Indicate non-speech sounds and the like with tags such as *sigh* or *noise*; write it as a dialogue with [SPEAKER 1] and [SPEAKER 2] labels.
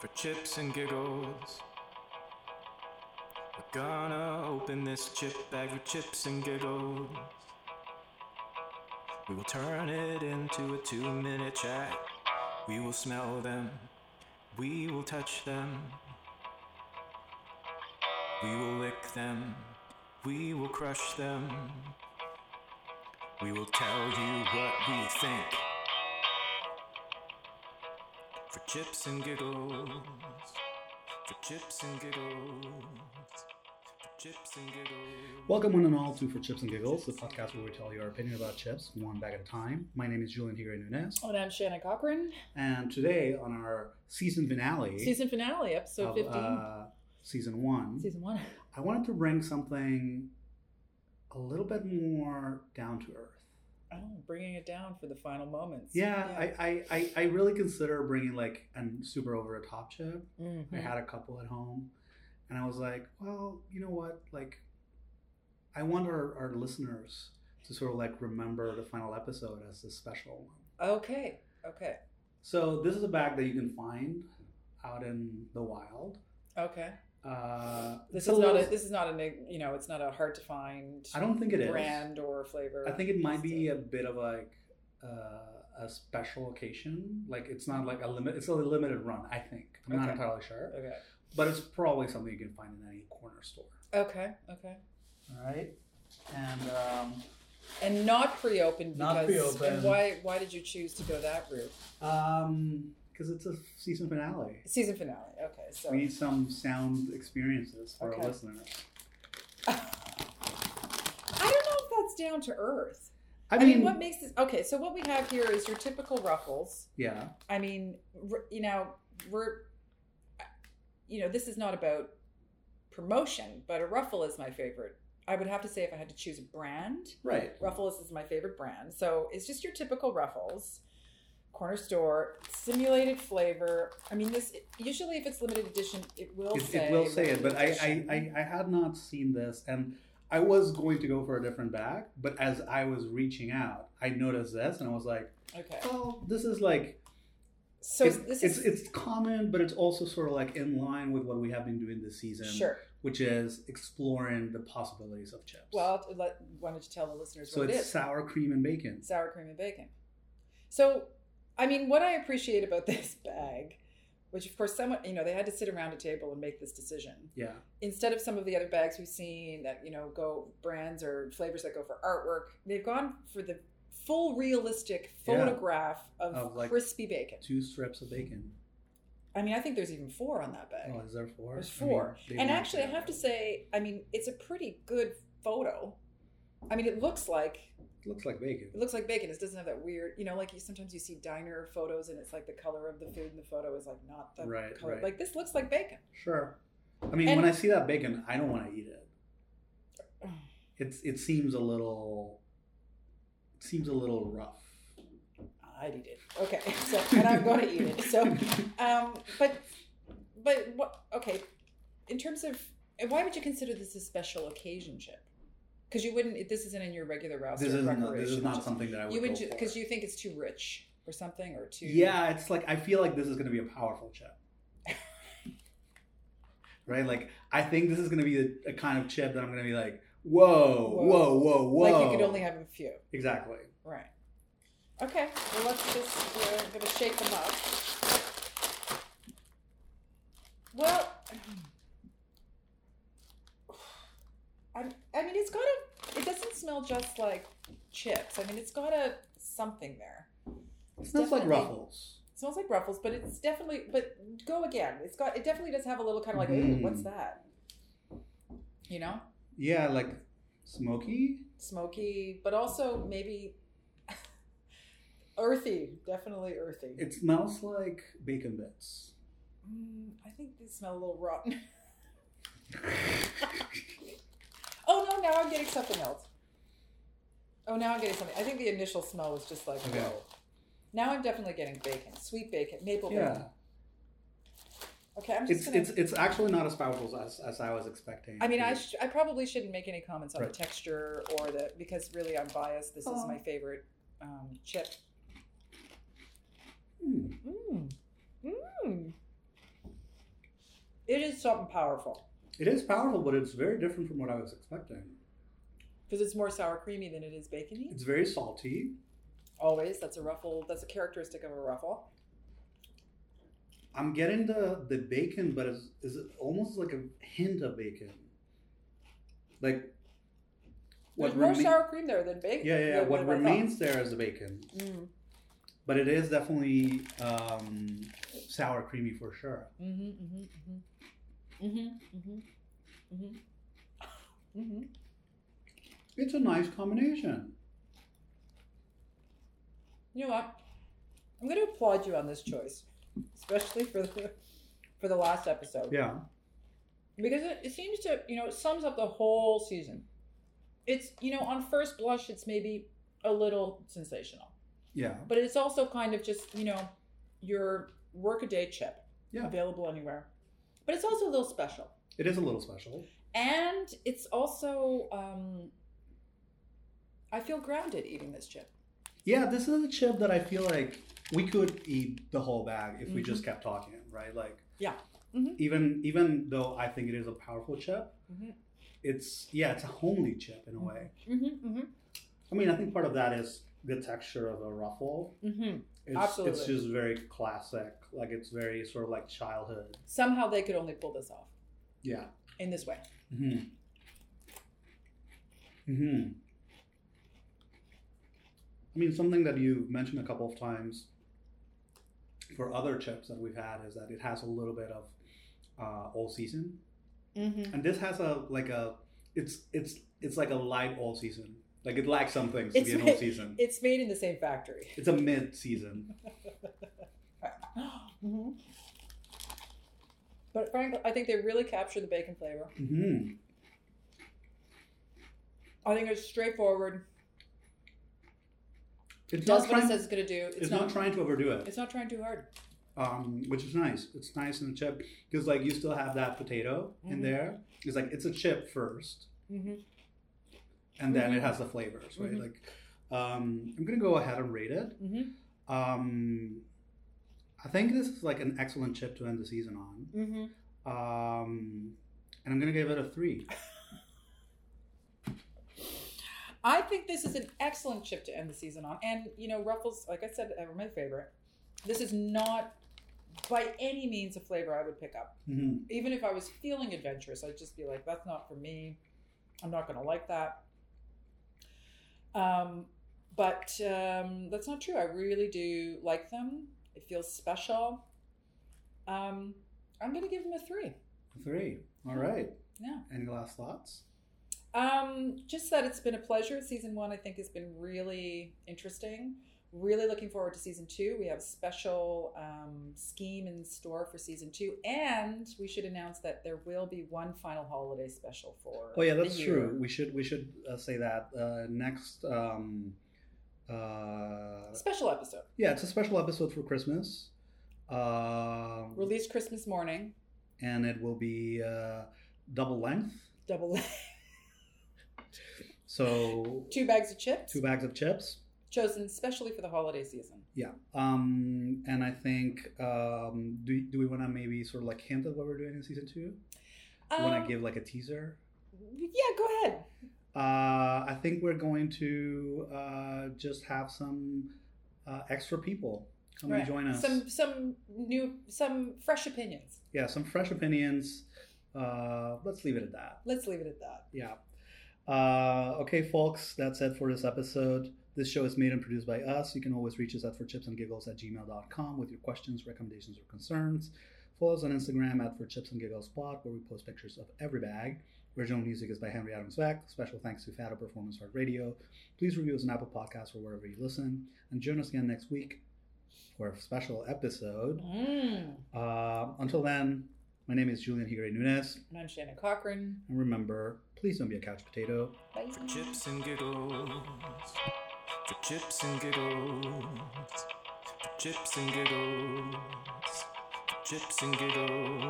[SPEAKER 1] for chips and giggles. We're gonna open this chip bag for chips and giggles. We will turn it into a two minute chat. We will smell them. We will touch them. We will lick them. We will crush them. We will tell you what we think for chips and giggles. For chips and giggles. For chips and giggles.
[SPEAKER 2] Welcome, one and all, to For Chips and Giggles, the podcast where we tell you our opinion about chips, one bag at a time. My name is Julian Higuera Nunes,
[SPEAKER 3] Oh, and I'm Shanna Cochran.
[SPEAKER 2] and today on our season finale
[SPEAKER 3] Season finale, episode
[SPEAKER 2] of
[SPEAKER 3] 15.
[SPEAKER 2] uh, season one,
[SPEAKER 3] season one. *laughs*
[SPEAKER 2] I wanted to bring something a little bit more down to earth.
[SPEAKER 3] Oh, bringing it down for the final moments.
[SPEAKER 2] Yeah, I, I, I, I really consider bringing like a super over a top chip.
[SPEAKER 3] Mhm.
[SPEAKER 2] I had a couple at home, and I was like, well, you know what? Like, I want our, our listeners to sort of like remember the final episode as this special one.
[SPEAKER 3] Okay, okay,
[SPEAKER 2] So this is a bag that you can find out in the wild.
[SPEAKER 3] okay.
[SPEAKER 2] Uh, it's
[SPEAKER 3] This is not a.
[SPEAKER 2] little-
[SPEAKER 3] This is not a. You know, it's not a hard to find
[SPEAKER 2] I don't think it is.
[SPEAKER 3] brand or flavor.
[SPEAKER 2] I think it might be a bit of like uh, a special occasion. Like it's not like a limit. It's a limited run. I think. I'm not
[SPEAKER 3] Okay.
[SPEAKER 2] entirely sure,
[SPEAKER 3] Okay,
[SPEAKER 2] but it's probably something you can find in any corner store.
[SPEAKER 3] okay, okay,
[SPEAKER 2] All right, and um,
[SPEAKER 3] and not pre-opened
[SPEAKER 2] Not
[SPEAKER 3] because.
[SPEAKER 2] pre-opened.
[SPEAKER 3] And why? Why did you choose to go that route?
[SPEAKER 2] um, because it's a season finale.
[SPEAKER 3] Season finale. Okay, so
[SPEAKER 2] We need some sound experiences for
[SPEAKER 3] Okay.
[SPEAKER 2] our listeners.
[SPEAKER 3] I don't know if that's down to earth.
[SPEAKER 2] I
[SPEAKER 3] I
[SPEAKER 2] mean,
[SPEAKER 3] mean, what makes this okay? So what we have here is your typical ruffles.
[SPEAKER 2] yeah,
[SPEAKER 3] I mean, r- you know, we're, you know, this is not about promotion, but a Ruffle is my favorite. I would have to say if I had to choose a brand,
[SPEAKER 2] right.
[SPEAKER 3] Ruffles is my favorite brand. So it's just your typical Ruffles, corner store, simulated flavor. I mean, this usually if it's limited edition, it will
[SPEAKER 2] It,
[SPEAKER 3] say
[SPEAKER 2] it will say it, but I, I,
[SPEAKER 3] limited
[SPEAKER 2] I, I had not seen this, and I was going to go for a different bag, but as I was reaching out, I noticed this, and I was like,
[SPEAKER 3] edition. okay.
[SPEAKER 2] well, this is like
[SPEAKER 3] So
[SPEAKER 2] it's,
[SPEAKER 3] this
[SPEAKER 2] it's
[SPEAKER 3] is
[SPEAKER 2] it's common, but it's also sort of like in line with what we have been doing this season,
[SPEAKER 3] sure.
[SPEAKER 2] which is exploring the possibilities of chips.
[SPEAKER 3] Well, I'll let, why don't you tell the listeners
[SPEAKER 2] so
[SPEAKER 3] what
[SPEAKER 2] it's
[SPEAKER 3] it is?
[SPEAKER 2] sour cream and bacon.
[SPEAKER 3] sour cream and bacon. So, I mean, what I appreciate about *laughs* this bag, which of course, someone you know, they had to sit around a table and make this decision
[SPEAKER 2] Yeah,
[SPEAKER 3] instead of some of the other bags we've seen that you know go brands or flavors that go for artwork. They've gone for the full realistic
[SPEAKER 2] Yeah.
[SPEAKER 3] photograph of,
[SPEAKER 2] Of, like-
[SPEAKER 3] crispy bacon.
[SPEAKER 2] two strips of bacon.
[SPEAKER 3] I mean, I think there's even four on that bag.
[SPEAKER 2] Oh, is there four?
[SPEAKER 3] There's
[SPEAKER 2] I mean,
[SPEAKER 3] four.
[SPEAKER 2] they
[SPEAKER 3] and
[SPEAKER 2] weren't
[SPEAKER 3] actually, I
[SPEAKER 2] there.
[SPEAKER 3] have to say, I mean, it's a pretty good photo. I mean, it looks like
[SPEAKER 2] looks like bacon.
[SPEAKER 3] it looks like bacon. It doesn't have that weird, you know, like you sometimes you see diner photos and it's like the color of the food in the photo is like not the
[SPEAKER 2] Oh. Right,
[SPEAKER 3] color.
[SPEAKER 2] right.
[SPEAKER 3] Like this looks like bacon.
[SPEAKER 2] Sure. I mean,
[SPEAKER 3] And-
[SPEAKER 2] when I see that bacon, I don't want to eat it.
[SPEAKER 3] *sighs*
[SPEAKER 2] It's it seems a little it seems a little rough.
[SPEAKER 3] I eat it. Okay, *laughs* so and I'm going to eat it.
[SPEAKER 2] *laughs*
[SPEAKER 3] So, um, but but what? Okay, in terms of and why would you consider this a special occasion chip? Because you wouldn't. This isn't in your regular roster.
[SPEAKER 2] this is
[SPEAKER 3] preparation.
[SPEAKER 2] not, this is not something that I would.
[SPEAKER 3] you would
[SPEAKER 2] go for.
[SPEAKER 3] because you think it's too rich or something or too.
[SPEAKER 2] Yeah, it's like I feel like this is going to be a powerful chip. right? Like I think this is going to be the a kind of chip that I'm going to be like, whoa,
[SPEAKER 3] Whoa.
[SPEAKER 2] whoa, whoa, whoa.
[SPEAKER 3] Like you could only have a few.
[SPEAKER 2] exactly.
[SPEAKER 3] Right. Okay. Well, let's just we're gonna shake them up. Well, I, I mean, it's got a. It doesn't smell just like chips. I mean, it's got a something there.
[SPEAKER 2] It smells like
[SPEAKER 3] definitely-
[SPEAKER 2] ruffles.
[SPEAKER 3] It smells like ruffles, but it's definitely. But go again. It's got. It definitely does have a little kind of like. Ooh,
[SPEAKER 2] Mhm.
[SPEAKER 3] what's that? You know,
[SPEAKER 2] Yeah, like smoky.
[SPEAKER 3] smoky, but also maybe *laughs* earthy. Definitely earthy.
[SPEAKER 2] It smells like bacon bits.
[SPEAKER 3] Mm, I think they smell a little rotten. *laughs* oh no! Now I'm getting something else. Oh, now I'm getting something. I think the initial smell was just like
[SPEAKER 2] Okay.
[SPEAKER 3] whoa. Now I'm definitely getting bacon, sweet bacon, maple bacon.
[SPEAKER 2] Yeah.
[SPEAKER 3] Okay, I'm just
[SPEAKER 2] It's
[SPEAKER 3] gonna.
[SPEAKER 2] it's it's actually not as powerful as, as I was expecting.
[SPEAKER 3] I mean, I sh- I probably shouldn't make any comments on
[SPEAKER 2] Right.
[SPEAKER 3] the texture or the because really I'm biased. This is
[SPEAKER 2] Oh.
[SPEAKER 3] my favorite um, chip.
[SPEAKER 2] Hmm.
[SPEAKER 3] Mm. Mm. It is something powerful
[SPEAKER 2] It is powerful, but it's very different from what I was expecting.
[SPEAKER 3] because it's more sour creamy than it is bacony.
[SPEAKER 2] It's very salty.
[SPEAKER 3] Always, that's a ruffle. That's a characteristic of a ruffle.
[SPEAKER 2] I'm getting the the bacon, but it's is it almost like a hint of bacon, like
[SPEAKER 3] There's
[SPEAKER 2] what
[SPEAKER 3] more
[SPEAKER 2] remains.
[SPEAKER 3] sour cream there than bacon.
[SPEAKER 2] Yeah, yeah. yeah.
[SPEAKER 3] than-
[SPEAKER 2] What
[SPEAKER 3] than I thought.
[SPEAKER 2] remains there is the bacon,
[SPEAKER 3] Mm.
[SPEAKER 2] but it is definitely um, sour creamy for sure.
[SPEAKER 3] Mhm, mhm, mhm. Mhm, mhm, mhm. Mhm.
[SPEAKER 2] It's a nice combination.
[SPEAKER 3] You know what? I'm going to applaud you on this choice, especially for the for the last episode.
[SPEAKER 2] Yeah,
[SPEAKER 3] because it, it seems to you know it sums up the whole season it's you know on first blush it's maybe a little sensational
[SPEAKER 2] yeah,
[SPEAKER 3] but it's also kind of just you know your workaday chip
[SPEAKER 2] Yeah.
[SPEAKER 3] available anywhere but it's also a little special
[SPEAKER 2] it is a little special.
[SPEAKER 3] and it's also um i feel grounded eating this chip
[SPEAKER 2] Yeah, this is a chip that I feel like we could eat the whole bag if we
[SPEAKER 3] Mhm.
[SPEAKER 2] just kept talking, right? Like,
[SPEAKER 3] Yeah. Mhm.
[SPEAKER 2] Even even though I think it is a powerful chip,
[SPEAKER 3] Mhm.
[SPEAKER 2] it's yeah, it's a homely chip in a way.
[SPEAKER 3] mm-hmm mm-hmm
[SPEAKER 2] I mean, I think part of that is the texture of a ruffle.
[SPEAKER 3] mm-hmm
[SPEAKER 2] It's, It's
[SPEAKER 3] Absolutely.
[SPEAKER 2] just very classic. Like it's very sort of like childhood.
[SPEAKER 3] somehow they could only pull this off
[SPEAKER 2] Yeah.
[SPEAKER 3] in this way
[SPEAKER 2] Hmm. Hmm. I mean, something that you've mentioned a couple of times for other chips that we've had is that it has a little bit of uh, all season,
[SPEAKER 3] mm-hmm
[SPEAKER 2] and this has a like a it's it's it's like a light all season. Like it lacks some things
[SPEAKER 3] It's
[SPEAKER 2] to be an
[SPEAKER 3] *laughs* ma-
[SPEAKER 2] all season.
[SPEAKER 3] it's made in the same factory *gasps*
[SPEAKER 2] It's a mid season.
[SPEAKER 3] hmm
[SPEAKER 2] Mm-hmm.
[SPEAKER 3] But frankly, I think they really capture the bacon flavor.
[SPEAKER 2] Hmm.
[SPEAKER 3] I think it's straightforward.
[SPEAKER 2] It's
[SPEAKER 3] does
[SPEAKER 2] not
[SPEAKER 3] what
[SPEAKER 2] trying.
[SPEAKER 3] it says it's going to do. It's,
[SPEAKER 2] it's
[SPEAKER 3] not.
[SPEAKER 2] not trying to overdo it.
[SPEAKER 3] it's not trying too hard.
[SPEAKER 2] um, which is nice. It's nice in the chip because like you still have that potato in
[SPEAKER 3] Mhm.
[SPEAKER 2] there. It's like it's a chip first,
[SPEAKER 3] Mm-hmm.
[SPEAKER 2] and then
[SPEAKER 3] Mhm.
[SPEAKER 2] it has the flavors, right?
[SPEAKER 3] Mhm.
[SPEAKER 2] Like, um, I'm gonna go ahead and rate it.
[SPEAKER 3] Mm-hmm.
[SPEAKER 2] Um, I think this is like an excellent chip to end the season on,
[SPEAKER 3] Mm-hmm.
[SPEAKER 2] um, and I'm gonna give it a three.
[SPEAKER 3] I think this is an excellent chip to end the season on. And you know, ruffles, like I said, are my favorite. This is not by any means a flavor I would pick up.
[SPEAKER 2] hmm
[SPEAKER 3] Even if I was feeling adventurous, I'd just be like, "That's not for me. I'm not going to like that." Um, but um, that's not true. I really do like them. It feels special. Um, I'm going to give them a three.
[SPEAKER 2] Three. All right.
[SPEAKER 3] Yeah.
[SPEAKER 2] Any last thoughts?
[SPEAKER 3] Um, just that it's been a pleasure. Season one, I think, has been really interesting. Really looking forward to season two. We have a special um, scheme in store for season two, and we should announce that there will be one final holiday special for.
[SPEAKER 2] Oh yeah,
[SPEAKER 3] the
[SPEAKER 2] that's
[SPEAKER 3] year.
[SPEAKER 2] true. We should we should uh, say that uh, next. Um, uh,
[SPEAKER 3] Special episode
[SPEAKER 2] Yeah, it's a special episode for Christmas. Um,
[SPEAKER 3] released Christmas morning,
[SPEAKER 2] And it will be uh, double length.
[SPEAKER 3] double *laughs*
[SPEAKER 2] So
[SPEAKER 3] two bags of chips,
[SPEAKER 2] two bags of chips.
[SPEAKER 3] chosen specially for the holiday season.
[SPEAKER 2] Yeah. Um, and I think, um, do, do we want to maybe sort of like hint at what we're doing in season two? want
[SPEAKER 3] Um,
[SPEAKER 2] to give like a teaser?
[SPEAKER 3] yeah, go ahead.
[SPEAKER 2] Uh, I think we're going to uh, just have some uh, extra people come
[SPEAKER 3] Right.
[SPEAKER 2] and join us.
[SPEAKER 3] Some some new some fresh opinions.
[SPEAKER 2] Yeah, some fresh opinions. Uh, let's leave it at that.
[SPEAKER 3] Let's leave it at that.
[SPEAKER 2] Yeah. Uh, okay, folks, that's it for this episode. This show is made and produced by us. You can always reach us at forchipsandgiggles at gmail.com with your questions, recommendations, or concerns. Follow us on Instagram at forchipsandgigglespod, where we post pictures of every bag. Original music is by Henry Adams Beck. Special thanks to Fatter Performance Art Radio. Please review us on Apple Podcasts or wherever you listen. And join us again next week for a special episode.
[SPEAKER 3] Mm.
[SPEAKER 2] Uh, until then, my name is Julian Higuera Nunes.
[SPEAKER 3] And I'm Shannon Cochran.
[SPEAKER 2] And remember, please don't be a couch potato.
[SPEAKER 3] Bye.
[SPEAKER 1] For chips and giggles. For chips and giggles. For chips and giggles. For chips and giggles.